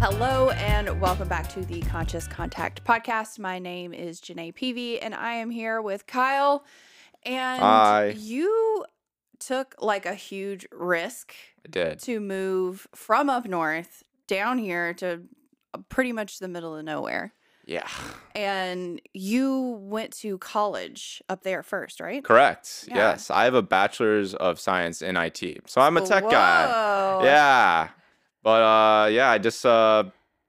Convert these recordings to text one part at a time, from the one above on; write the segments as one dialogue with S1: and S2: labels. S1: Hello, and welcome back to the Conscious Contact podcast. My name is Janae Peavy, and I am here with Kyle. And
S2: Hi.
S1: you took like a huge risk
S3: I did.
S1: to move from up north down here to uh, pretty much the middle of nowhere.
S3: Yeah.
S1: And you went to college up there first, right?
S3: Correct.
S1: Yeah.
S3: Yes. I have a bachelor's of science in IT. So I'm a tech guy.
S1: Oh, Whoa.
S3: Yeah. But uh yeah, I just uh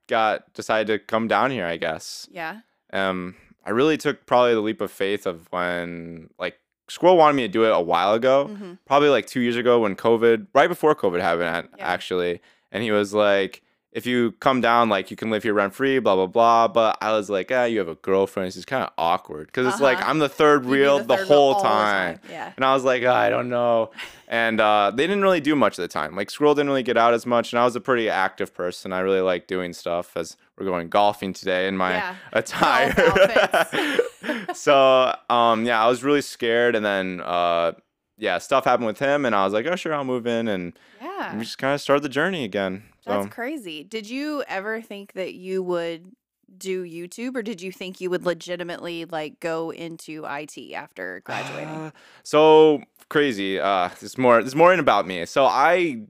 S3: got decided to come down here, I guess.
S1: Yeah.
S3: Um I really took probably the leap of faith of when like Squirrel wanted me to do it a while ago.
S1: hmm
S3: probably like two years ago when COVID, right before COVID happened, a-
S1: Yeah.
S3: actually. And he was like, if you come down, like you can live here rent free, blah, blah, blah. But I was like, ah, you have a girlfriend. It's kind of awkward because it's like,
S1: Uh-huh.
S3: I'm the
S1: You
S3: third
S1: do
S3: wheel the,
S1: third wheel
S3: whole
S1: all the
S3: time.
S1: Yeah.
S3: And I was like, "Ah, I don't know. And uh, they didn't really do much at the time. Like, Squirrel didn't really get out as much. And I was a pretty active person. I really like doing stuff as we're going golfing today in my
S1: Yeah.
S3: attire.
S1: outfits.
S3: so, um, yeah, I was really scared. And then, uh, yeah, stuff happened with him. And I was like, oh, sure, I'll move in. And
S1: Yeah.
S3: we just kind of started the journey again. So,
S1: That's crazy. Did you ever think that you would do YouTube or did you think you would legitimately like go into IT after graduating?
S3: Uh, so crazy. Uh, there's more. There's more in about me. So I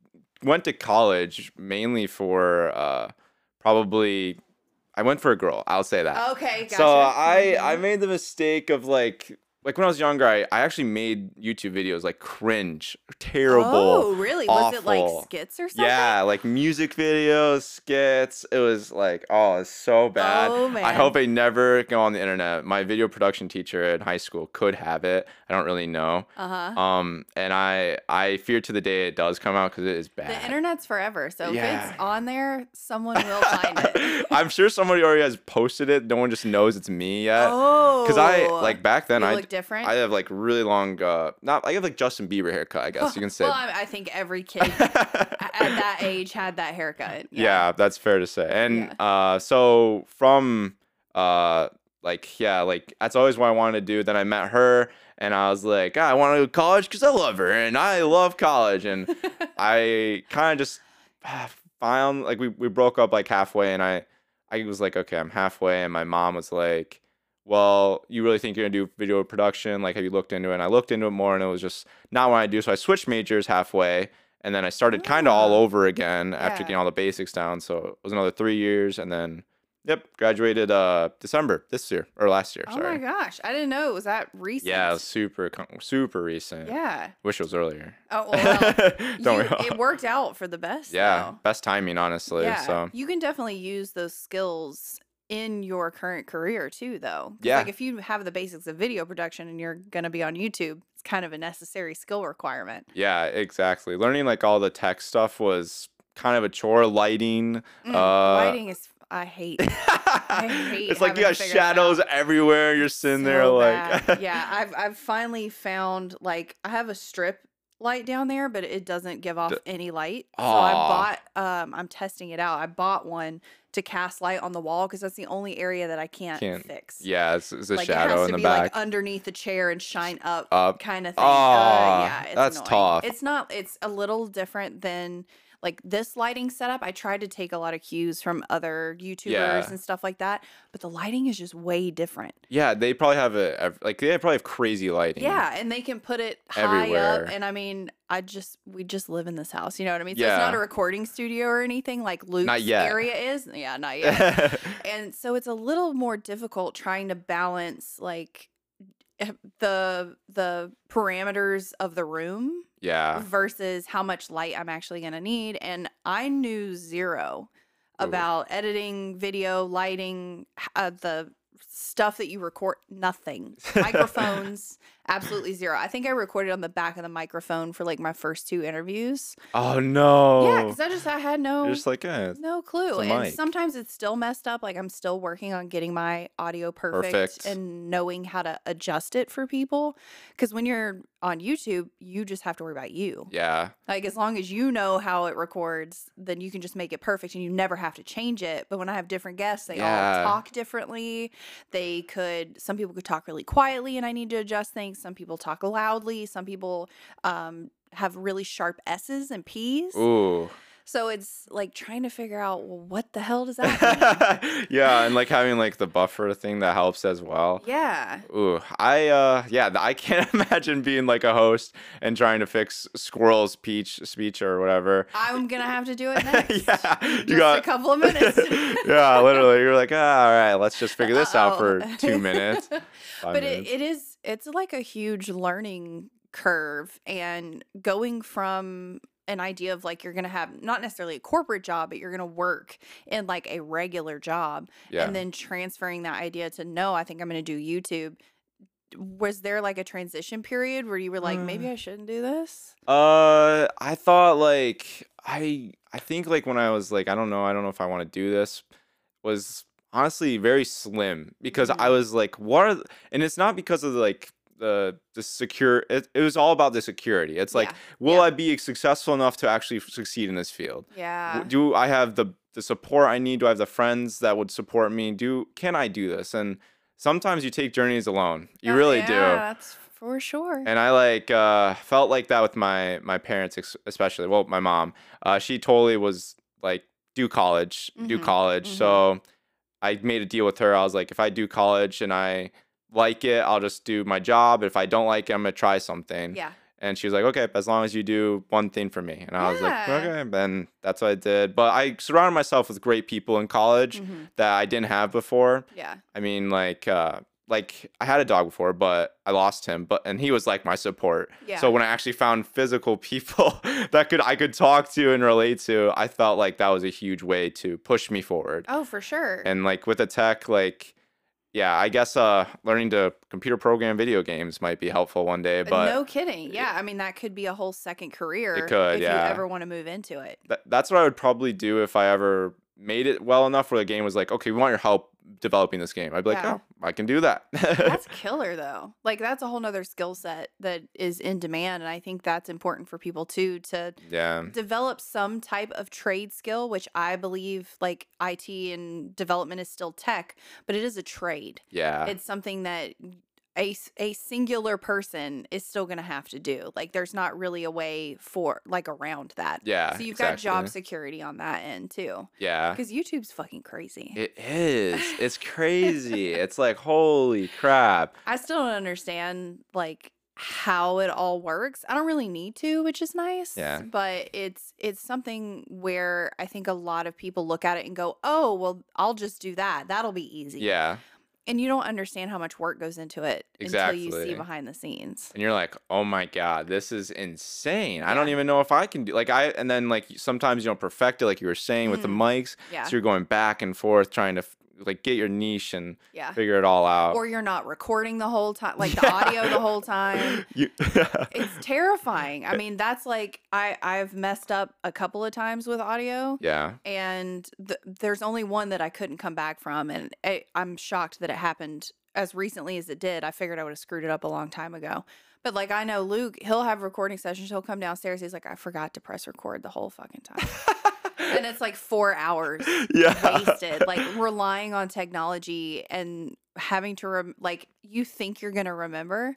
S3: went to college mainly for uh, probably. I went for a girl. I'll say that.
S1: Oh, okay, gotcha.
S3: So I I
S1: Mhm.
S3: made the mistake of like like when I was younger, I, I actually made YouTube videos like cringe, terrible.
S1: Oh, really? Was it
S3: awful.
S1: like skits or something?
S3: Yeah, like music videos, skits. It was like, oh, it's so bad.
S1: Oh,
S3: I
S1: man.
S3: hope I never go on the internet. My video production teacher in high school could have it. I don't really know.
S1: Uh-huh.
S3: Um, and I I fear to the day it does come out because it is bad.
S1: the internet's forever. So if
S3: Yeah.
S1: it's on there, someone will find it.
S3: I'm sure somebody already has posted it. No one just knows it's me yet.
S1: oh.
S3: Because I like back then
S1: you
S3: I
S1: look different.
S3: I have like really long, uh, not I have like Justin Bieber haircut, I guess you can say.
S1: Well, I, I think every kid at that age had that haircut.
S3: yeah. that's fair to say. And uh, so from uh, like yeah, like that's always what I wanted to do. Then I met her, and I was like, "Ah, I want to go to college because I love her, and I love college. And I kind of just ah, found like we we broke up like halfway, and I I was like, okay, I'm halfway, and my mom was like. Well, you really think you're gonna do video production? Like, have you looked into it? And I looked into it more, and it was just not what I do. So I switched majors halfway, and then I started kind of all
S1: Ah.
S3: over again after
S1: Yeah.
S3: getting all the basics down. So it was another three years, and then yep, graduated uh December this year or last year.
S1: Oh my
S3: sorry.
S1: gosh. I didn't know it was that recent.
S3: Yeah, it was super con- super recent.
S1: Yeah.
S3: Wish it was earlier.
S1: Oh well.
S3: Don't
S1: you-
S3: worry.
S1: it worked out for the best.
S3: yeah,
S1: though.
S3: best timing honestly.
S1: yeah.
S3: So
S1: You can definitely use those skills in your current career too, though. 'Cause,
S3: Yeah.
S1: Like if you have the basics of video production and you're going to be on YouTube, it's kind of a necessary skill requirement.
S3: yeah, exactly. Learning like all the tech stuff was kind of a chore. Lighting.
S1: Mm,
S3: Uh,
S1: lighting is. I hate. hate
S3: it's
S1: having to
S3: like you got
S1: figure that out.
S3: shadows everywhere. You're sitting there
S1: so
S3: like
S1: bad. yeah. I've I've finally found like I have a strip light down there, but it doesn't give off
S3: D-
S1: any light.
S3: Aw.
S1: So I bought. Um, I'm testing it out. I bought one to cast light on the wall because that's the only area that I can't,
S3: Can't-
S1: fix.
S3: yeah, it's, it's a
S1: like it
S3: shadow
S1: has
S3: in
S1: to
S3: the
S1: be
S3: back.
S1: like underneath the chair and shine up
S3: Up.
S1: kind of thing.
S3: Ah,
S1: uh, yeah, it's
S3: that's
S1: annoying.
S3: tough.
S1: It's not. It's a little different than like this lighting setup. I tried to take a lot of cues from other YouTubers
S3: Yeah.
S1: and stuff like that, but the lighting is just way different.
S3: Yeah, they probably have a ev- like they probably have crazy lighting.
S1: Yeah, and they can put it high
S3: Everywhere.
S1: up. And I mean, I just we just live in this house. You know what I mean? So it's not
S3: Yeah.
S1: a recording studio or anything like Luke's
S3: yet.
S1: area is. Yeah, not yet.
S3: Yeah.
S1: and so it's a little more difficult trying to balance like eh, the the parameters of the room
S3: yeah.
S1: versus how much light I'm actually going to need and I knew zero
S3: Ooh.
S1: about editing video lighting h- uh, the stuff that you record nothing microphones absolutely zero I think I recorded on the back of the microphone for like my first two interviews
S3: Oh
S1: Yeah,
S3: no.
S1: 'cause yeah cuz I just I had no
S3: You're just like eh, it's
S1: no clue.
S3: a
S1: And
S3: mic.
S1: sometimes it's still messed up. Like I'm still working on getting my audio perfect,
S3: Perfect.
S1: and knowing how to adjust it for people. Because when you're on YouTube, you just have to worry about you.
S3: yeah.
S1: Like as long as you know how it records, then you can just make it perfect and you never have to change it. But when I have different guests, they
S3: Yeah.
S1: all talk differently. They could some people could talk really quietly and I need to adjust things. Some people talk loudly. Some people um have really sharp S's and P's.
S3: Ooh.
S1: So it's like trying to figure out well, what the hell does that mean?
S3: yeah, and like having like the buffer thing that helps as well.
S1: yeah.
S3: Ooh, I uh yeah, th- I can't imagine being like a host and trying to fix squirrels peach speech or whatever.
S1: I'm gonna have to do it next.
S3: yeah,
S1: Just a couple of minutes.
S3: yeah, literally. You're like, ah, all right, let's just figure this out for
S1: Uh-oh.
S3: two minutes. five
S1: but it,
S3: minutes."
S1: it is it's like a huge learning curve and going from an idea of like you're gonna have not necessarily a corporate job but you're gonna work in like a regular job
S3: yeah.
S1: and then transferring that idea to no i think i'm gonna do youtube was there like a transition period where you were like maybe i shouldn't do this
S3: Uh, I thought like I I think like when I was like I don't know I don't know if I want to do this was honestly very slim because
S1: Mm-hmm.
S3: I was like what are th- and it's not because of like the the secure it, it was all about the security it's like
S1: Yeah,
S3: will
S1: yeah.
S3: I be successful enough to actually f- succeed in this field
S1: yeah
S3: W- do I have the the support I need do I have the friends that would support me do can I do this and sometimes you take journeys alone you really
S1: yeah,
S3: do
S1: that's for sure
S3: and I like uh, felt like that with my my parents, ex- especially. Well, my mom, uh, she totally was like, do college, do
S1: Mhm,
S3: college.
S1: mhm.
S3: So I made a deal with her. I was like, if I do college and I like it, I'll just do my job. If I don't like it, I'm gonna try something.
S1: yeah
S3: And she was like, okay, as long as you do one thing for me. And I was like,
S1: Yeah.
S3: okay. Then that's what I did. But I surrounded myself with great people in college
S1: mhm,
S3: that I didn't have before.
S1: yeah
S3: I mean, like, uh, like I had a dog before, but I lost him. But and he was like my support.
S1: yeah
S3: So when I actually found physical people that could I could talk to and relate to, I felt like that was a huge way to push me forward.
S1: oh for sure
S3: And like with the tech, like, yeah, I guess uh, learning to computer program video games might be helpful one day.
S1: Uh,
S3: But
S1: no kidding yeah i mean that could be a whole second career
S3: could,
S1: if
S3: yeah.
S1: you ever want to move into it
S3: Th- that's what I would probably do if I ever made it well enough where the game was like, okay, we want your help developing this game. I'd be like,
S1: Yeah.
S3: oh, I can do that.
S1: that's killer though like that's a whole nother skill set that is in demand and i think that's important for people too to
S3: yeah.
S1: develop some type of trade skill which i believe like it and development is still tech but it is a trade
S3: Yeah.
S1: it's something that a, s- a singular person is still going to have to do like there's not really a way for like around that
S3: Yeah.
S1: so you've got
S3: exactly.
S1: job security on that end too
S3: Yeah.
S1: because youtube's fucking crazy
S3: It is. It's crazy. it's like, holy crap.
S1: I still don't understand like how it all works. I don't really need to, which is nice.
S3: Yeah.
S1: But it's it's something where I think a lot of people look at it and go, "Oh, well, I'll just do that. That'll be easy."
S3: Yeah.
S1: And you don't understand how much work goes into it until you
S3: Exactly.
S1: see behind the scenes.
S3: And you're like, oh my God, this is insane. I don't
S1: Yeah.
S3: even know if I can do like I and then like sometimes you don't perfect it like you were saying with the mics.
S1: Mm-hmm, Yeah.
S3: So you're going back and forth trying to f- like get your niche and
S1: Yeah.
S3: figure it all out.
S1: Uh, Or you're not recording the whole time, like the
S3: Oh. Yeah.
S1: audio the whole time.
S3: you-
S1: It's terrifying. I mean, that's like I I've messed up a couple of times with audio.
S3: yeah.
S1: and th- there's only one that I couldn't come back from, and I- I'm shocked that it happened as recently as it did. I figured I would have screwed it up a long time ago. But like I know Luke, he'll have recording sessions. He'll come downstairs. He's like, I forgot to press record the whole fucking time, and it's like four hours
S3: Yeah.
S1: wasted. Like relying on technology and having to rem- like you think you're gonna remember,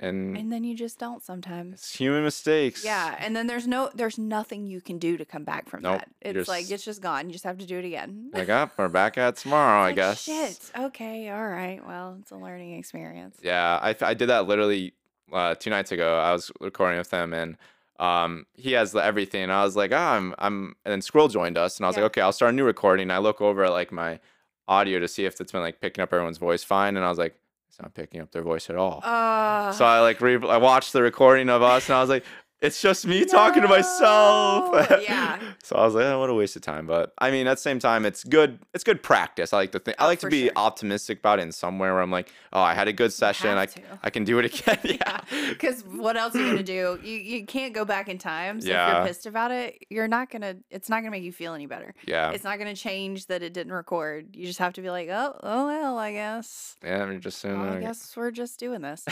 S3: And
S1: and then you just don't sometimes.
S3: it's human mistakes.
S1: Yeah, and then there's no, there's nothing you can do to come back from
S3: Nope,
S1: that.
S3: you're
S1: It's like
S3: s-
S1: it's just gone. You just have to do it again.
S3: Like, up, we're back at tomorrow, I guess.
S1: Shit. Okay. All right. Well, it's a learning experience.
S3: Yeah, I, f- I did that literally uh, two nights ago. I was recording with him, and um, he has the everything. And I was like, ah, I'm, I'm. And then Squirrel joined us, and I was
S1: Yeah.
S3: like, okay, I'll start a new recording. And I look over at like my audio to see if it's been like picking up everyone's voice fine, and I was like, it's not picking up their voice at all.
S1: Uh,
S3: so I like re- I watched the recording of us, and I was like. It's just me talking to myself.
S1: No. Yeah.
S3: so I was like, oh, what a waste of time. But I mean, at the same time, it's good. It's good practice. I like to think. I
S1: Oh,
S3: like to
S1: for
S3: be
S1: sure.
S3: optimistic about it in somewhere where I'm like, oh, I had a good session. I
S1: have
S3: c-
S1: to.
S3: I can do it again. yeah.
S1: Because what else are you gonna do? You you can't go back in time. So if
S3: Yeah.
S1: you're pissed about it, you're not gonna. It's not gonna make you feel any better.
S3: Yeah.
S1: It's not gonna change that it didn't record. You just have to be like, oh, oh well, I guess.
S3: yeah. I'm just saying.
S1: Well, I
S3: like-
S1: guess we're just doing this.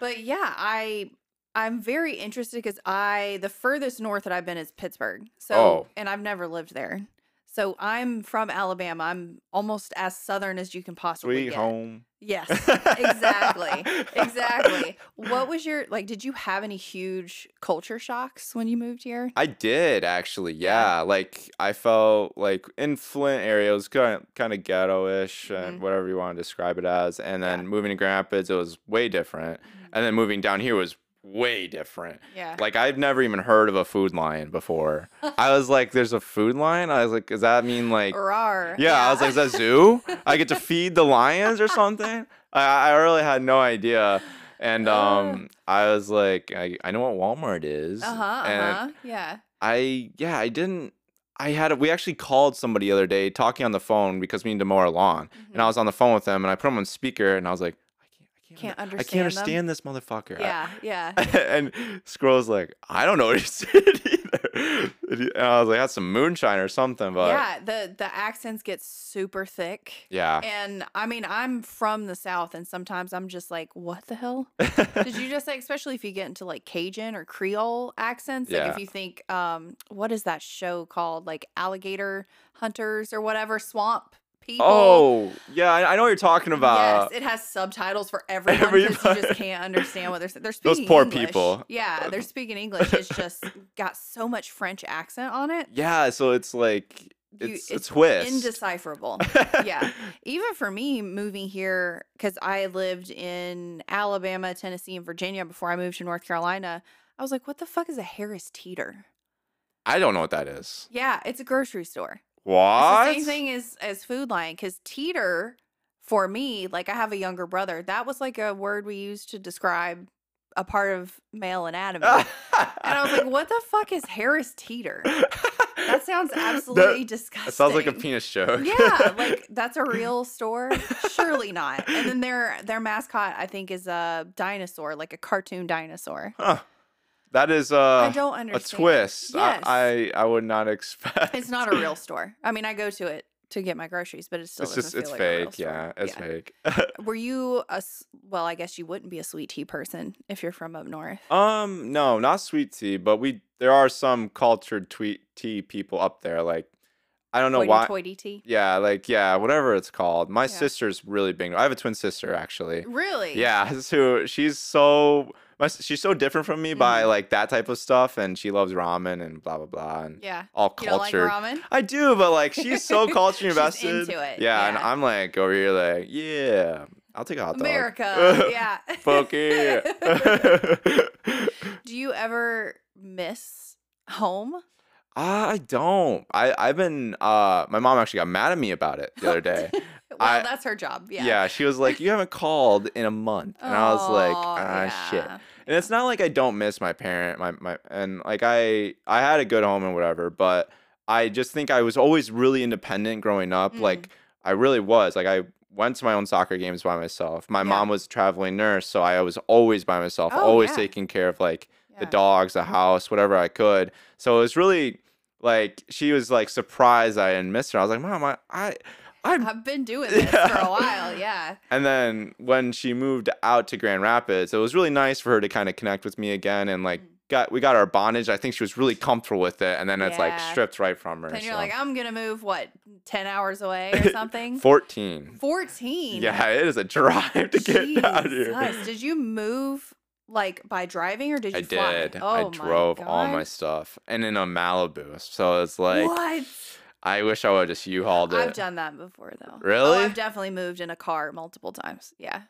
S1: But yeah, I I'm very interested because I the furthest north that I've been is Pittsburgh. So
S3: Oh.
S1: and I've never lived there. So I'm from Alabama. I'm almost as southern as you can possibly
S3: Sweet
S1: get.
S3: home.
S1: Yes, exactly, exactly. What was your like? Did you have any huge culture shocks when you moved here?
S3: I did actually, yeah. Like I felt like in Flint area, it was kind of kind of ghetto-ish, and whatever you want to describe it as. And then
S1: Yeah.
S3: moving to Grand Rapids, it was way different. And then moving down here was way different.
S1: Yeah,
S3: Like I've never even heard of a food line before. I was like, "There's a food line." I was like, "Does that mean like?"
S1: Rar.
S3: Yeah, I was like, "Is that zoo? I get to feed the lions or something?" I, I really had no idea. And um, I was like, I, I know what Walmart is.
S1: uh huh,
S3: and
S1: uh huh, yeah.
S3: I yeah, I didn't. I had we actually called somebody the other day talking on the phone because we need to mow our lawn,
S1: Mm-hmm.
S3: and I was on the phone with them, and I put them on speaker, and I was like, I can't,
S1: Can't
S3: I can't, under-
S1: understand them.
S3: I can't understand this motherfucker. I-
S1: Yeah, yeah.
S3: and Squirrel's like, I don't know what he said either. And he- and I was like, that's some moonshine or something, but yeah,
S1: yeah, the the accents get super thick.
S3: yeah.
S1: And I mean, I'm from the South, and sometimes I'm just like, what the hell? Did you just say, especially if you get into like Cajun or Creole accents? Like,
S3: Yeah.
S1: if you think, um, what is that show called? Like Alligator Hunters or whatever, Swamp People.
S3: oh yeah, I, I know what you're talking about.
S1: Yes, it has subtitles for everyone because you
S3: everybody.
S1: just can't understand what they're saying. They're
S3: Those
S1: speaking
S3: poor
S1: English.
S3: people.
S1: Yeah, they're speaking English. It's just got so much French accent on it.
S3: yeah, so it's like
S1: You-
S3: it's a
S1: it's
S3: twist.
S1: Indecipherable. yeah. Even for me moving here, because I lived in Alabama, Tennessee, and Virginia before I moved to North Carolina, I was like, what the fuck is a Harris Teeter?
S3: I don't know what that is.
S1: Yeah, it's a grocery store.
S3: What?
S1: It's the same thing as, as Food Lion, because Teeter, for me, like I have a younger brother, that was like a word we used to describe a part of male anatomy. and I was like, what the fuck is Harris Teeter? That sounds absolutely disgusting.
S3: That sounds like a penis joke.
S1: yeah, like that's a real store. Surely not. And then their their mascot, I think, is a dinosaur, like a cartoon dinosaur.
S3: Huh. That is
S1: I
S3: uh,
S1: don't
S3: a
S1: understand.
S3: twist.
S1: Yes.
S3: I, I I would not expect.
S1: It's not a real store. I mean, I go to it to get my groceries, but it still
S3: It's
S1: doesn't
S3: just
S1: feel
S3: it's
S1: like a real
S3: fake.
S1: store.
S3: Yeah, it's fake.
S1: Were you a s- well? I guess you wouldn't be a sweet tea person if you're from up north.
S3: um, no, not sweet tea, but we there are some cultured tweet tea people up there. Like I don't know why.
S1: Hoity-toity tea.
S3: yeah, like yeah, whatever it's called. My
S1: Yeah.
S3: sister's really big. I have a twin sister actually.
S1: Really?
S3: Yeah, so she's so my, s- she's so different from me by
S1: Mm-hmm.
S3: like that type of stuff, and she loves ramen and blah blah blah and
S1: Yeah.
S3: all
S1: You don't like
S3: culture.
S1: ramen?
S3: I do, but like she's so culturally
S1: She's
S3: invested.
S1: into it,
S3: Yeah, and
S1: yeah.
S3: I'm like over here, like yeah, I'll take a hot dog.
S1: America. yeah.
S3: Fuck yeah.
S1: Do you ever miss home?
S3: Ah, I don't. I I've been. Uh, my mom actually got mad at me about it the other day.
S1: Well,
S3: I-
S1: that's her job. Yeah.
S3: yeah. she was like, "You haven't called in a month," and I was like,
S1: Oh,
S3: "Ah, shit."
S1: yeah.
S3: And it's not like I don't miss my parent, my my, and like I I had a good home and whatever, but I just think I was always really independent growing up.
S1: Mm.
S3: Like I really was. Like I went to my own soccer games by myself. My
S1: Yeah.
S3: mom was a traveling nurse, so I was always by myself,
S1: Oh,
S3: always
S1: yeah.
S3: taking care of like the
S1: Yeah.
S3: dogs, the house, whatever I could. So it was really like she was like surprised I didn't miss her. I was like, Mom, I, I I'm
S1: I've been doing this for
S3: Yeah.
S1: a while. Yeah.
S3: and then when she moved out to Grand Rapids, it was really nice for her to kind of connect with me again and
S1: Mm.
S3: like got we got our bondage. I think she was really comfortable with it, and then it's like
S1: Yeah.
S3: stripped right from her.
S1: Then you're
S3: so.
S1: like, I'm going to move, what, 10 hours away or something?
S3: fourteen.
S1: 14.
S3: Yeah, it is a drive to get out here.
S1: Jesus. Did you move like by driving or did you
S3: I
S1: fly?
S3: did.
S1: Oh,
S3: I
S1: my
S3: drove all my
S1: God.
S3: stuff, and in a Malibu. So it's like
S1: what?
S3: I wish I would have just U-hauled it.
S1: I've done that before though.
S3: Really?
S1: Oh, I've definitely moved in a car multiple times. Yeah.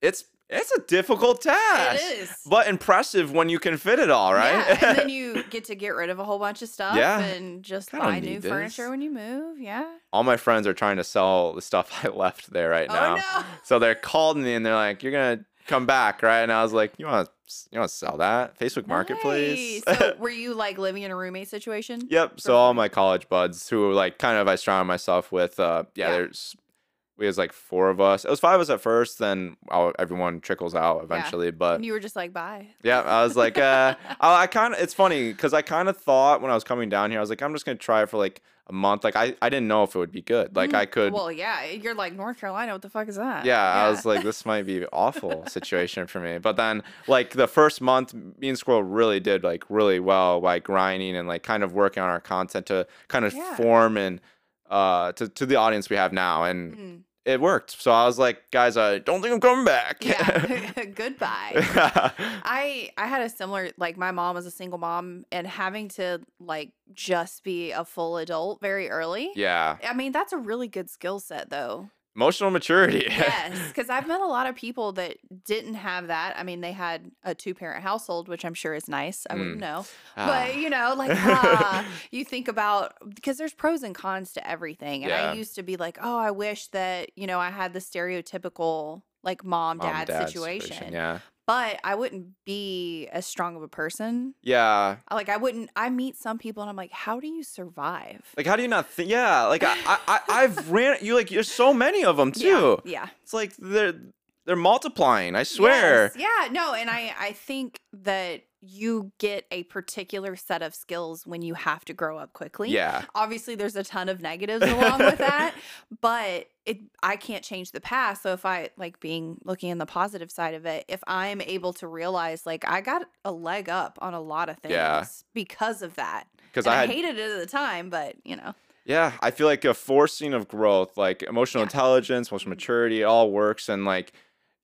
S3: it's it's a difficult task.
S1: is.
S3: but impressive when you can fit it all, right?
S1: Yeah, and then you get to get rid of a whole bunch of stuff
S3: Yeah.
S1: and just
S3: I don't
S1: buy new
S3: need this.
S1: furniture when you move. Yeah.
S3: all my friends are trying to sell the stuff I left there right now.
S1: Oh no.
S3: So they're called me and they're like, "You're gonna come back, right?" And I was like, "You want to, you want to sell that Facebook Marketplace?"
S1: Nice. so were you like living in a roommate situation?
S3: yep. So
S1: For
S3: all
S1: free.
S3: my college buds who like kind of I surrounded myself with. Uh, yeah,
S1: Yeah.
S3: there's we was like four of us. It was five of us at first, then all, everyone trickles out eventually. But
S1: And you were just like, bye.
S3: yeah, I was like, uh, I, I kind of, it's funny because I kind of thought when I was coming down here, I was like, I'm just going to try it for like a month. Like, I, I didn't know if it would be good. Like,
S1: Mm,
S3: I could,
S1: Well, yeah. You're like North Carolina. What the fuck is that?
S3: yeah, I was like, this might be awful situation for me. But then, like the first month, me and Squirrel really did like really well by grinding and like kind of working on our content to kind of
S1: Yeah.
S3: form and uh to, to the audience we have now and
S1: Mm.
S3: it worked so i was like guys i don't think i'm coming back
S1: Yeah. Goodbye. I I had a similar like my mom was a single mom and having to like just be a full adult very early.
S3: yeah
S1: I mean, that's a really good skill set though.
S3: emotional maturity
S1: yes, because I've met a lot of people that didn't have that. I mean, they had a two parent household, which I'm sure is nice. I wouldn't
S3: Mm.
S1: know.
S3: Ah.
S1: But, you know, like, ah, you think about because there's pros and cons to everything. And I
S3: Yeah.
S1: used to be like, oh, I wish that, you know, I had the stereotypical like mom,
S3: Mom,
S1: dad, situation.
S3: yeah
S1: But I wouldn't be as strong of a person.
S3: yeah
S1: I- Like, I wouldn't, I meet some people and I'm like, how do you survive?
S3: like how do you not think yeah like I, I I- i've ran you like there's so many of them
S1: Yeah,
S3: too
S1: yeah.
S3: it's like they're they're multiplying i swear
S1: Yes, Yeah, no, and I I think that you get a particular set of skills when you have to grow up quickly.
S3: yeah
S1: Obviously there's a ton of negatives along with that, but it I can't change the past. So if I like being looking in the positive side of it, if I'm able to realize like I got a leg up on a lot of things
S3: Yeah.
S1: because of that.
S3: because
S1: And
S3: i
S1: I,
S3: had
S1: hated it at the time, but you know.
S3: Yeah, I feel like a forcing of growth, like emotional
S1: Yeah.
S3: intelligence, emotional maturity, it all works. And like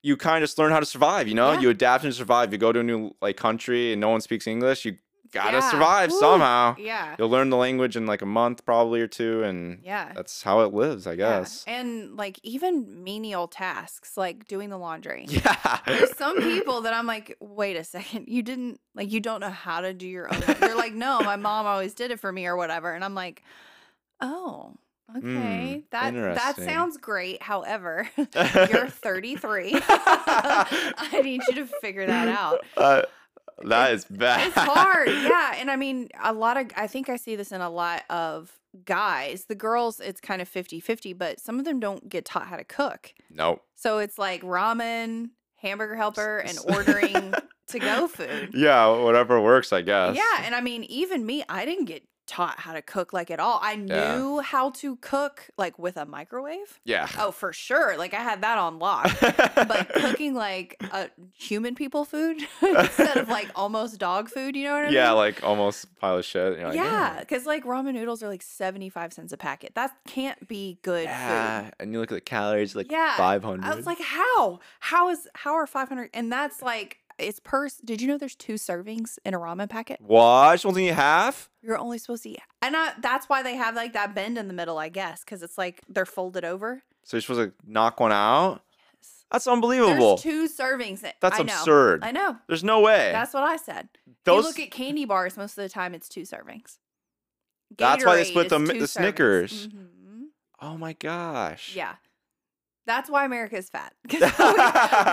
S3: you kind of just learn how to survive, you know?
S1: Yeah.
S3: You adapt and survive. You go to a new like country and no one speaks English, you gotta
S1: Yeah.
S3: survive
S1: Woo.
S3: somehow.
S1: Yeah.
S3: You'll learn the language in like a month probably or two, and
S1: Yeah.
S3: that's how it lives, I
S1: yeah.
S3: guess.
S1: And like even menial tasks like doing the laundry.
S3: Yeah.
S1: There's some people that I'm like, wait a second, you didn't like you don't know how to do your own. laun-" They're like, no, my mom always did it for me or whatever, and I'm like, oh, okay,
S3: Mm,
S1: that that
S3: interesting.
S1: sounds great. However, you're 33. I need you to figure that out.
S3: Uh, that is bad.
S1: It's hard. Yeah. And I mean, a lot of, I think I see this in a lot of guys. The girls, it's kind of 50 50, but some of them don't get taught how to cook.
S3: Nope.
S1: So it's like ramen, hamburger helper, and ordering to go food.
S3: Yeah, whatever works, I guess.
S1: Yeah. And I mean, even me, I didn't get taught how to cook like at all. I knew
S3: Yeah.
S1: how to cook like with a microwave.
S3: Yeah.
S1: Oh, for sure. Like I had that on lock. But cooking like uh, human people food instead of like almost dog food, you know what I mean?
S3: yeah, like almost pile of shit. You're like,
S1: yeah, because like ramen noodles are like 75 cents a packet. That can't be good food.
S3: Yeah, and you look at the calories, like
S1: Yeah, I was
S3: five hundred.
S1: I was like, how? How is how are 500? And that's like it's per. Did you know there's two servings in a ramen packet?
S3: "What? Only half?
S1: You're only supposed to eat, and I, that's why they have like that bend in the middle, I guess, because it's like they're folded over.
S3: So you're supposed to knock one out?
S1: Yes.
S3: That's
S1: There's
S3: unbelievable.
S1: two servings. that-
S3: That's
S1: I know.
S3: absurd.
S1: I know.
S3: There's no way.
S1: That's what I said.
S3: Those.
S1: you look at candy bars most of the time; it's two servings.
S3: That's why they
S1: Gatorade
S3: split
S1: is
S3: the mi-
S1: two
S3: the
S1: servings.
S3: Snickers.
S1: Mhm.
S3: oh my gosh.
S1: Yeah. That's why America's fat. 'cause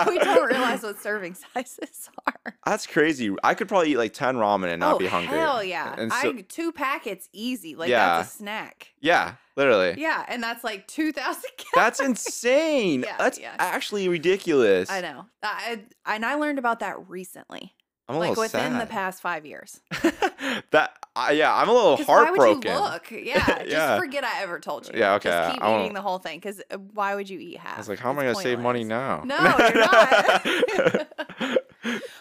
S1: we, we don't realize what serving sizes are.
S3: That's crazy. I could probably eat like ten ramen and not
S1: oh,
S3: be hungry.
S1: Hell yeah.
S3: And so-
S1: I two packets easy. Like that's a snack.
S3: yeah, literally.
S1: Yeah. And that's like two thousand calories.
S3: That's insane.
S1: Yeah,
S3: That's
S1: yeah.
S3: actually ridiculous.
S1: I know. I, I- and I learned about that recently.
S3: I'm a
S1: like
S3: little
S1: within the
S3: Oh, sad.
S1: past five years.
S3: that I, yeah, I'm a little
S1: 'Cause why would
S3: Oh, heartbroken.
S1: you look? Yeah.
S3: Yeah.
S1: Just forget I ever told you.
S3: Yeah,
S1: Just
S3: okay,
S1: keep
S3: I won't-
S1: eating the whole thing. Because why would you eat half?
S3: I was like, how am I
S1: It's
S3: gonna save money
S1: pointless.
S3: now?
S1: No, you're not.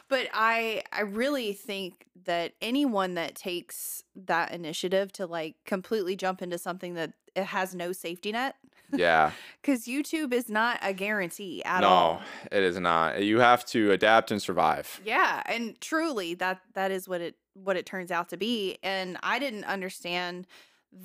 S1: but i i really think that anyone that takes that initiative to like completely jump into something that it has no safety net
S3: yeah.
S1: because youtube is not a guarantee at
S3: no,
S1: all
S3: it is not. You have to adapt and survive.
S1: yeah and truly that that is what it what it turns out to be and i didn't understand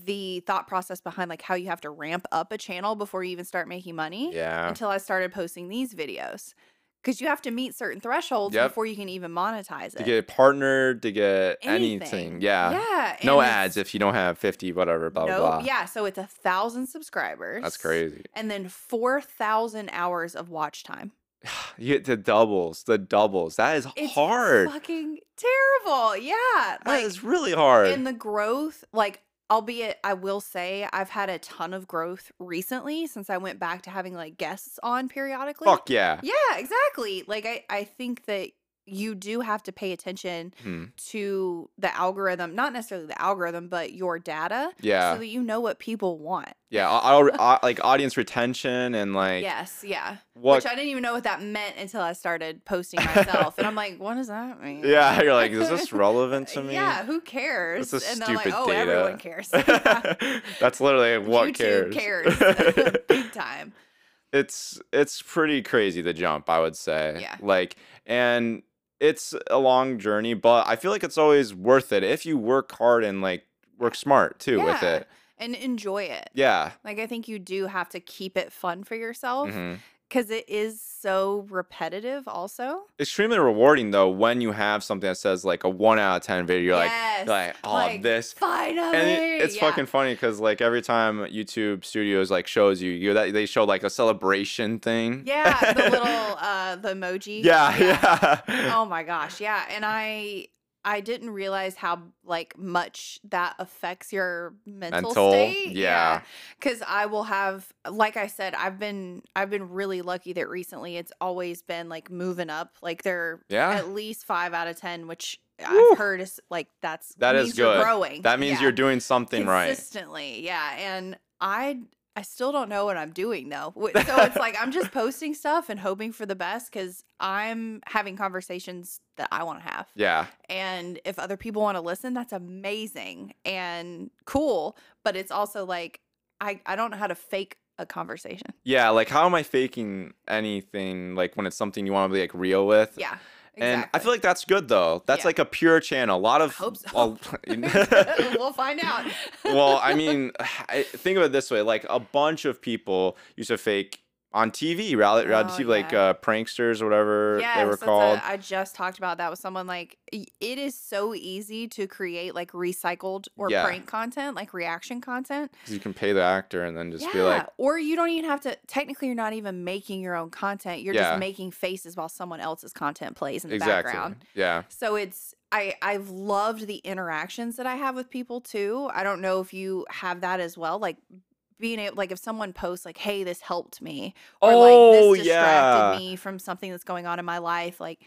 S1: the thought process behind like how you have to ramp up a channel before you even start making money
S3: Yeah.
S1: until i started posting these videos because you have to meet certain thresholds
S3: Yep.
S1: before you can even monetize it
S3: To get partnered, to get anything. Yeah.
S1: Yeah.
S3: No
S1: and
S3: ads
S1: it's-
S3: if you don't have 50, whatever, blah,
S1: no.
S3: blah, blah.
S1: Yeah. So it's a thousand subscribers.
S3: That's crazy.
S1: And then four thousand hours of watch time.
S3: You get the doubles, the doubles. That is
S1: It's
S3: hard.
S1: Fucking terrible. Yeah.
S3: that
S1: Like
S3: is really hard.
S1: and the growth, like albeit I will say I've had a ton of growth recently since I went back to having like guests on periodically.
S3: Fuck yeah.
S1: Yeah, exactly. Like I, I think that you do have to pay attention
S3: Hmm.
S1: to the algorithm, not necessarily the algorithm, but your data
S3: Yeah.
S1: so that you know what people want.
S3: yeah. I, I, I, like audience retention and like
S1: yes, yeah.
S3: what.
S1: Which I didn't even know what that meant until I started posting myself. and I'm like, what does that mean?
S3: yeah. You're like, is this relevant to me?
S1: Yeah, who cares?
S3: That's a
S1: and they're like,
S3: stupid
S1: oh,
S3: data.
S1: everyone cares.
S3: That's literally what
S1: YouTube
S3: cares.
S1: Big time.
S3: it's it's pretty crazy the jump i would say
S1: Yeah.
S3: like and it's a long journey but i feel like it's always worth it if you work hard and like work smart too with
S1: Yeah.
S3: it
S1: And enjoy it.
S3: yeah
S1: Like, I think you do have to keep it fun for yourself
S3: mhm.
S1: because is so repetitive, also.
S3: extremely rewarding though when you have something that says like a one out of ten video you're like
S1: yes.
S3: like oh
S1: Like,
S3: this
S1: Finally.
S3: and it- it's
S1: Yeah.
S3: fucking funny because like every time youtube studios like shows you you that they show like a celebration thing
S1: Yeah, the little uh the emoji.
S3: yeah yeah,
S1: Oh my gosh, yeah. And I I didn't realize how like much that affects your mental,
S3: Mental,
S1: state.
S3: yeah.
S1: Cuz I will have like I said I've been I've been really lucky that recently it's always been like moving up. Like they're
S3: Yeah.
S1: at least 5 out of 10 which
S3: Woo.
S1: I've heard is like that's
S3: That is
S1: means you're
S3: good.
S1: growing.
S3: that means
S1: Yeah
S3: you're doing something right
S1: consistently yeah and i i still don't know what i'm doing though Wh- so it's like i'm just posting stuff and hoping for the best because i'm having conversations that i want to have
S3: yeah
S1: and if other people want to listen that's amazing and cool but it's also like i i don't know how to fake a conversation
S3: Yeah, like how am I faking anything like when it's something you want to be like real with?
S1: yeah
S3: And
S1: exactly.
S3: I feel like that's good though. That's
S1: Yeah.
S3: like a pure channel. A lot of
S1: hope so.
S3: a-
S1: we'll find out
S3: well, I mean, I, think of it this way: like a bunch of people used to fake on TV, reality, reality
S1: Oh,
S3: TV, like
S1: yeah.
S3: uh, pranksters or whatever they were
S1: that's a-
S3: called.
S1: I just talked about that with someone. Like, y- it is so easy to create like recycled or
S3: Yeah.
S1: prank content, like reaction content.
S3: 'Cause you can pay the actor and then just be like,
S1: or you don't even have to. Technically, you're not even making your own content. You're
S3: Yeah.
S1: just making faces while someone else's content plays in the
S3: exactly,
S1: background.
S3: yeah,
S1: So it's I I've loved the interactions that I have with people too. I don't know if you have that as well, like being able like if someone posts like hey this helped me or
S3: Oh,
S1: like this distracted
S3: yeah.
S1: me from something that's going on in my life like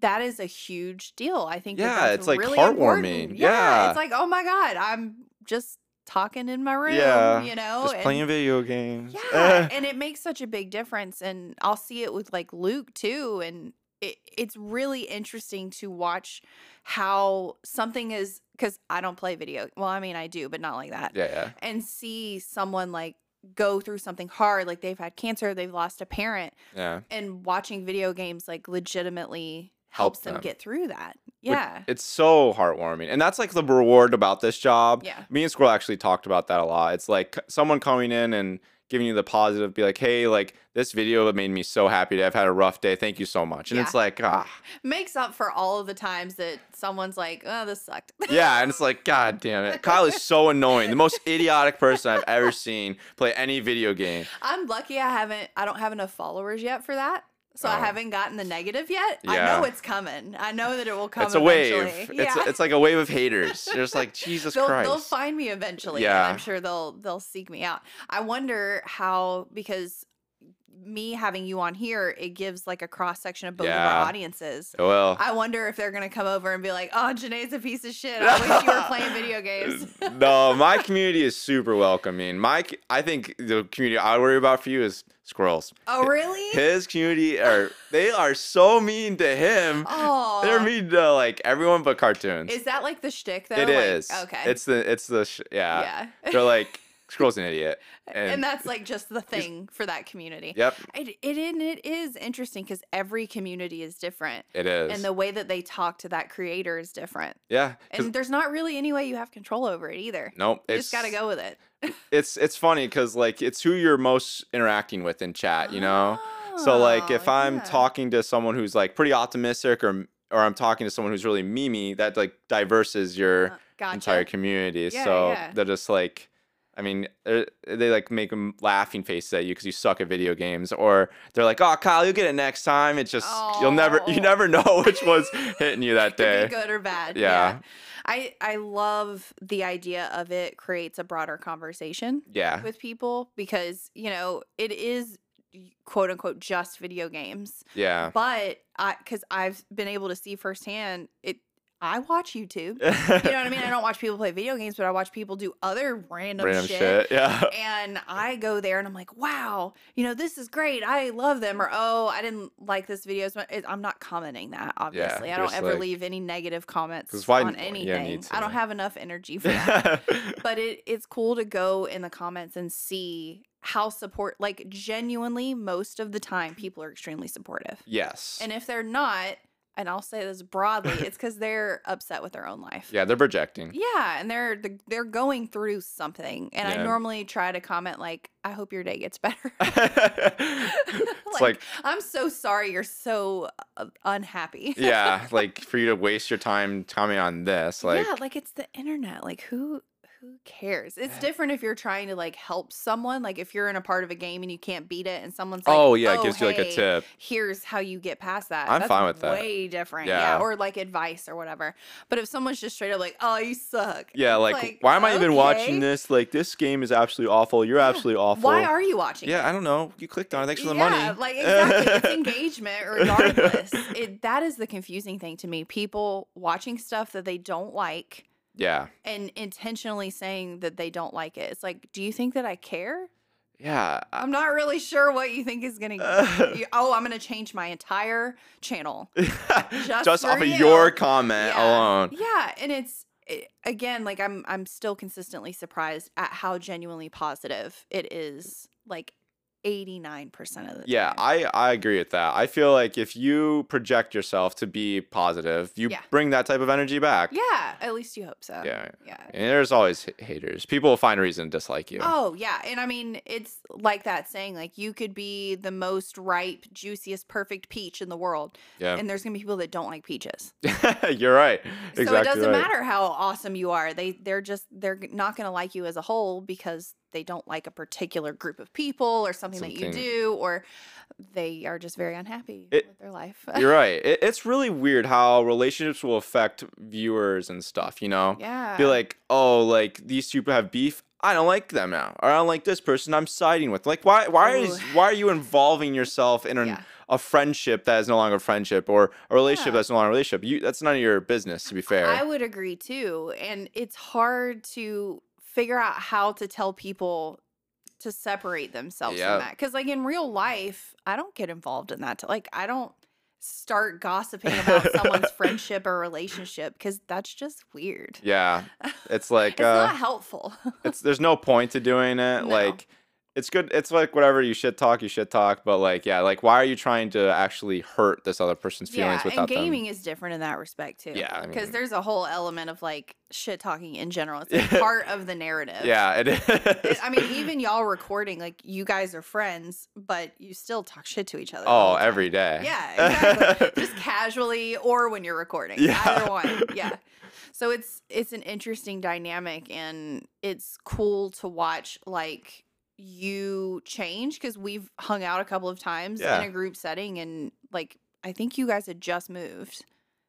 S1: that is a huge deal i think that
S3: Yeah,
S1: that's
S3: it's, like,
S1: really
S3: heartwarming.
S1: important.
S3: Yeah.
S1: it's like oh my god i'm just talking in my room
S3: Yeah,
S1: you know
S3: just
S1: Oh, and-
S3: playing video games.
S1: yeah, and it makes such a big difference. And I'll see it with like Luke too. And it, it's really interesting to watch how something is because I don't play video. Well, I mean, I do, but not like that.
S3: yeah, yeah.
S1: And see someone like go through something hard, like they've had cancer, they've lost a parent,
S3: yeah.
S1: and watching video games like legitimately
S3: Help
S1: helps them.
S3: them.
S1: get through that.
S3: Which-
S1: Yeah.
S3: It's so heartwarming. And that's like the reward about this job.
S1: Yeah.
S3: Me and Squirrel actually talked about that a lot. It's like c- someone coming in and giving you the positive, be like, hey, like this video made me so happy to have had a rough day. Thank you so much. And it's
S1: Yeah.
S3: like, ah,
S1: Makes up for all of the times that someone's like, oh, this sucked.
S3: yeah. And it's like, God damn it. Kyle is so annoying. The most idiotic person I've ever seen play any video game.
S1: I'm lucky I haven't I don't have enough followers yet for that. So I
S3: Oh.
S1: haven't gotten the negative yet. I
S3: Yeah.
S1: know it's coming. I know that it will come
S3: it's a
S1: eventually.
S3: wave.
S1: Yeah.
S3: It's, it's like a wave of haters. You're just like, Jesus
S1: they'll,
S3: Christ.
S1: they'll find me eventually.
S3: Yeah.
S1: And I'm sure they'll they'll seek me out. I wonder how because me having you on here, it gives like a cross section of both of
S3: Yeah.
S1: our audiences.
S3: well,
S1: I wonder if they're gonna come over and be like, "Oh, Janae's a piece of shit. I wish you were playing video games."
S3: no, my community is super welcoming. My, c- I think the community I worry about for you is squirrels.
S1: oh, really?
S3: His community are they are so mean to him.
S1: Oh,
S3: They're mean to like everyone but cartoons.
S1: Is that like the shtick though?
S3: It
S1: Like,
S3: is.
S1: Okay.
S3: It's the it's the sh- yeah.
S1: yeah.
S3: They're like squirrel's an idiot.
S1: and,
S3: And,
S1: that's like just the thing for that community.
S3: yep,
S1: It, it and it is interesting because every community is different,
S3: it is.
S1: and the way that they talk to that creator is different.
S3: yeah. 'cause-
S1: And there's not really any way you have control over it either.
S3: Nope.
S1: You
S3: It's
S1: just gotta go with it.
S3: It's it's funny because like it's who you're most interacting with in chat,
S1: Ah.
S3: you know. So like if
S1: Oh,
S3: I'm
S1: yeah.
S3: talking to someone who's like pretty optimistic or or I'm talking to someone who's really memey, that like diverses your
S1: Uh, gotcha.
S3: entire community.
S1: Yeah,
S3: so
S1: yeah.
S3: they're just like I mean, they're- they like make them laughing faces at you because you suck at video games, or they're like, "Oh, Kyle, you'll get it next time." It's just you'll never, you
S1: Oh.
S3: never know which one's hitting you that
S1: Could
S3: day.
S1: be good or bad.
S3: Yeah.
S1: I I love the idea of it creates a broader conversation
S3: Yeah,
S1: with people because you know it is quote unquote just video games.
S3: Yeah.
S1: But I, because I've been able to see firsthand, it. I watch YouTube. You know what I mean? I don't watch people play video games, but I watch people do other random,
S3: Random
S1: shit.
S3: shit. Yeah.
S1: And I go there and I'm like, wow, you know, this is great. I love them. Or, oh, I didn't like this video. as much." It- I'm not commenting that, obviously. I don't
S3: just
S1: ever
S3: like-
S1: leave any negative comments
S3: 'Cause why
S1: on
S3: n- yeah, need
S1: anything.
S3: to,
S1: I don't
S3: yeah.
S1: have enough energy for that but it it's cool to go in the comments and see how support like genuinely most of the time people are extremely supportive
S3: yes.
S1: and if they're not and i'll say this broadly it's because they're upset with their own life
S3: yeah, they're projecting.
S1: Yeah, and they're th- they're going through something and i
S3: Yeah.
S1: normally try to comment like i hope your day gets better
S3: it's
S1: like,
S3: like
S1: i'm so sorry you're so uh, unhappy
S3: yeah, like for you to waste your time commenting on this, like
S1: yeah like it's the internet like who who cares it's
S3: Yeah.
S1: different if you're trying to like help someone like if you're in a part of a game and you can't beat it and someone's like
S3: oh yeah, it gives you like a
S1: hey,
S3: tip.
S1: here's how you get past that
S3: I'm
S1: That's
S3: fine with that.
S1: way different yeah.
S3: Yeah.
S1: or like advice or whatever but if someone's just straight up like oh you suck
S3: Yeah,
S1: it's
S3: like, why am I even watching
S1: okay,
S3: this? Like this game is absolutely awful. You're
S1: Yeah.
S3: absolutely awful.
S1: why are you watching it?
S3: yeah, I don't know. You clicked on it. Thanks for the
S1: Yeah,
S3: money.
S1: Like exactly, it's engagement regardless. It, that is the confusing thing to me. People watching stuff that they don't like
S3: yeah.
S1: and intentionally saying that they don't like it. It's like, do you think that I care?
S3: Yeah. I-
S1: I'm not really sure what you think is gonna.
S3: Uh.
S1: you- oh, I'm gonna change my entire channel.
S3: Just,
S1: Just
S3: off
S1: for
S3: of
S1: you.
S3: your comment
S1: Yeah.
S3: alone.
S1: Yeah, and it's it, again like I'm I'm still consistently surprised at how genuinely positive it is. Like 89 percent of the
S3: Yeah,
S1: time.
S3: I, I agree with that. I feel like if you project yourself to be positive, you
S1: Yeah.
S3: bring that type of energy back.
S1: yeah. At least you hope so.
S3: Yeah.
S1: Yeah.
S3: And there's always h- haters. People will find a reason to dislike you.
S1: Oh yeah, and I mean it's like that saying like you could be the most ripe, juiciest, perfect peach in the world,
S3: yeah.
S1: and there's gonna be people that don't like peaches.
S3: You're right. Exactly.
S1: so it doesn't
S3: right.
S1: matter how awesome you are. They they're just they're not going to like you as a whole because they don't like a particular group of people or something, that you
S3: Something-
S1: do or they are just very unhappy
S3: It-
S1: with their life.
S3: You're right. It, it's really weird how relationships will affect viewers and stuff, you know?
S1: yeah.
S3: Be like, oh, like these two have beef. I don't like them now. Or I don't like this person I'm siding with. Like why why is
S1: Ooh.
S3: why are you involving yourself in an,
S1: Yeah.
S3: a friendship that is no longer a friendship or a relationship
S1: Yeah.
S3: that's no longer a relationship? You that's none of your business to be fair.
S1: I would agree too, and it's hard to figure out how to tell people to separate themselves
S3: Yeah.
S1: from that because like in real life i don't get involved in that like i don't start gossiping about someone's friendship or relationship because that's just weird
S3: yeah. It's like
S1: It's
S3: uh
S1: not helpful.
S3: it's there's no point to doing it.
S1: No.
S3: Like it's good. It's like whatever you shit talk, you shit talk. But like, yeah, like why are you trying to actually hurt this other person's feelings
S1: and
S3: without
S1: gaming is different in that respect too.
S3: Yeah, I
S1: because
S3: mean-
S1: there's a whole element of like shit talking in general. It's like part of the narrative.
S3: them? Yeah, it is.
S1: It- I mean, even y'all recording, like you guys are friends, but you still talk shit to each other. all
S3: oh,
S1: the time.
S3: every day.
S1: Yeah, exactly. Just casually or when you're recording.
S3: Yeah.
S1: Either one. Yeah. So it's it's an interesting dynamic and it's cool to watch like you change because we've hung out a couple of times
S3: Yeah.
S1: in a group setting and like I think you guys had just moved.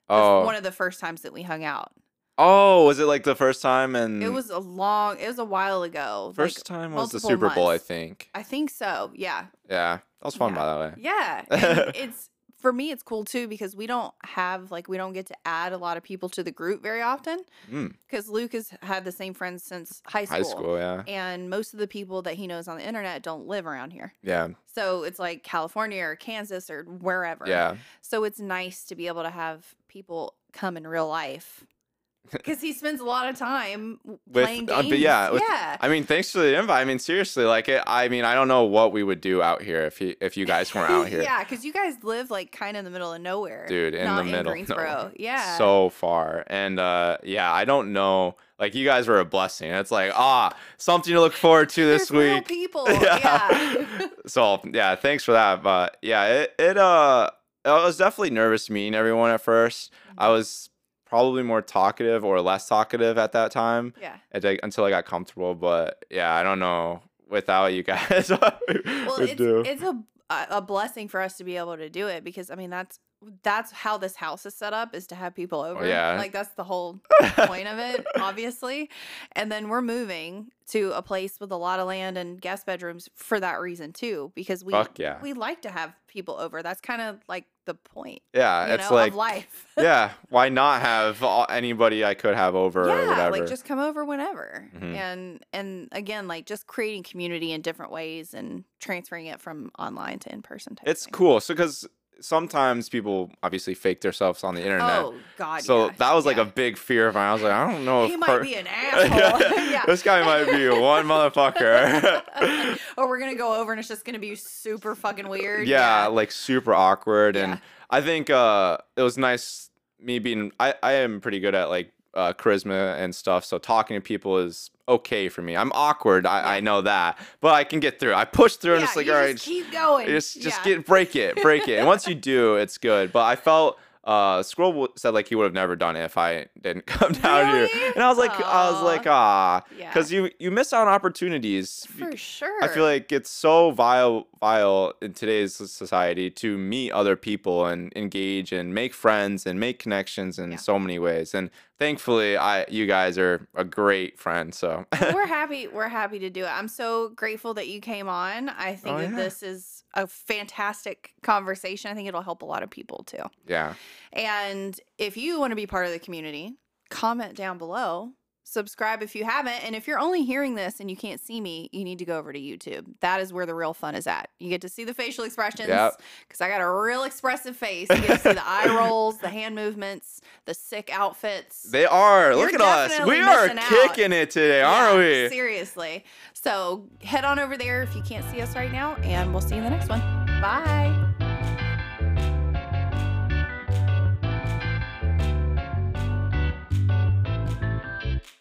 S1: That's
S3: oh,
S1: one of the first times that we hung out.
S3: oh, was it like the first time and
S1: It was a long it was a while ago. like,
S3: Mm. first time was the
S1: multiple
S3: Super Bowl, I
S1: months.
S3: think.
S1: I think so. Yeah.
S3: Yeah, that was fun
S1: Yeah.
S3: by the way.
S1: Yeah. and it's for me it's cool too because we don't have like we don't get to add a lot of people to the group very often
S3: Mm,
S1: because Luke has had the same friends since high school,
S3: high school, yeah,
S1: and most of the people that he knows on the internet don't live around here.
S3: yeah,
S1: So it's like California or Kansas or wherever.
S3: yeah.
S1: So it's nice to be able to have people come in real life because he spends a lot of time w-
S3: With-
S1: playing
S3: uh,
S1: games.
S3: but yeah, with-
S1: yeah.
S3: I mean, thanks for the invite. I mean, seriously, like, it, I mean, I don't know what we would do out here if he, if you guys weren't out here.
S1: yeah, because you guys live like kind of in the middle of nowhere,
S3: Dude, in the
S1: not
S3: middle of
S1: in Greensboro.
S3: nowhere.
S1: Yeah.
S3: so far. And uh yeah, I don't know. Like you guys were a blessing. It's like, ah, something to look forward to this
S1: There's real
S3: week.
S1: people.
S3: Yeah.
S1: yeah.
S3: So yeah, thanks for that. But yeah, it, it uh I was definitely nervous meeting everyone at first.
S1: Mm-hmm.
S3: I was probably more talkative or less talkative at that time
S1: yeah.
S3: and, like, until I got comfortable. But yeah, I don't know without you guys. what we
S1: well
S3: would
S1: it's,
S3: do.
S1: it's a a, a blessing for us to be able to do it because I mean that's that's how this house is set up is to have people over.
S3: Oh, yeah.
S1: Like that's the whole point of it, obviously. And then we're moving to a place with a lot of land and guest bedrooms for that reason too because we
S3: Fuck yeah.
S1: we like to have people over. That's kind of like the point, you
S3: yeah, Uh, it's
S1: know,
S3: like
S1: of life.
S3: yeah, why not have all, anybody I could have over or
S1: yeah,
S3: whatever?
S1: like just come over whenever.
S3: Mhm.
S1: And and again, like just creating community in different ways and transferring it from online to in person. Type
S3: it's
S1: thing.
S3: cool. So because sometimes people obviously fake themselves on the internet.
S1: Oh God!
S3: so
S1: yeah,
S3: that was like
S1: yeah.
S3: a big fear of mine. I was like, I don't know if
S1: he might
S3: Car-
S1: be an asshole. yeah.
S3: This guy might be one motherfucker.
S1: or we're gonna go over and it's just gonna be super fucking weird.
S3: yeah, like super awkward. And
S1: Yeah.
S3: I think uh, it was nice me being. I I am pretty good at like uh, charisma and stuff. So talking to people is okay for me. I'm awkward. I, I know that, but I can get through. I push through, and
S1: Yeah,
S3: it's like
S1: you
S3: all
S1: just
S3: right, sh-
S1: keep going.
S3: just just
S1: Yeah.
S3: get break it, break it. And once you do, it's good. But I felt. Uh, Scroll w- said like he would have never done it if I didn't come down here,
S1: Really?
S3: and I was like, I was
S1: Aw.
S3: like, ah,
S1: Yeah.
S3: because you you miss out on opportunities
S1: for sure.
S3: I feel like it's so vile, vile in today's s- society to meet other people and engage and make friends and make connections in
S1: Yeah.
S3: so many ways. And thankfully, I you guys are a great friend. So
S1: we're happy we're happy to do it i'm so grateful that you came on i think
S3: Oh,
S1: that
S3: yeah.
S1: this is a fantastic conversation i think it'll help a lot of people too
S3: yeah,
S1: and if you want to be part of the community comment down below subscribe if you haven't and if you're only hearing this and you can't see me you need to go over to youtube that is where the real fun is at you get to see the facial expressions
S3: Yep.
S1: because i got a real expressive face you get to see the eye rolls the hand movements the sick outfits
S3: they are. Look
S1: You're
S3: at us.
S1: definitely
S3: We are
S1: missing out.
S3: kicking it today, aren't
S1: Yeah,
S3: we?
S1: Seriously. So head on over there if you can't see us right now, and we'll see you in the next one. Bye.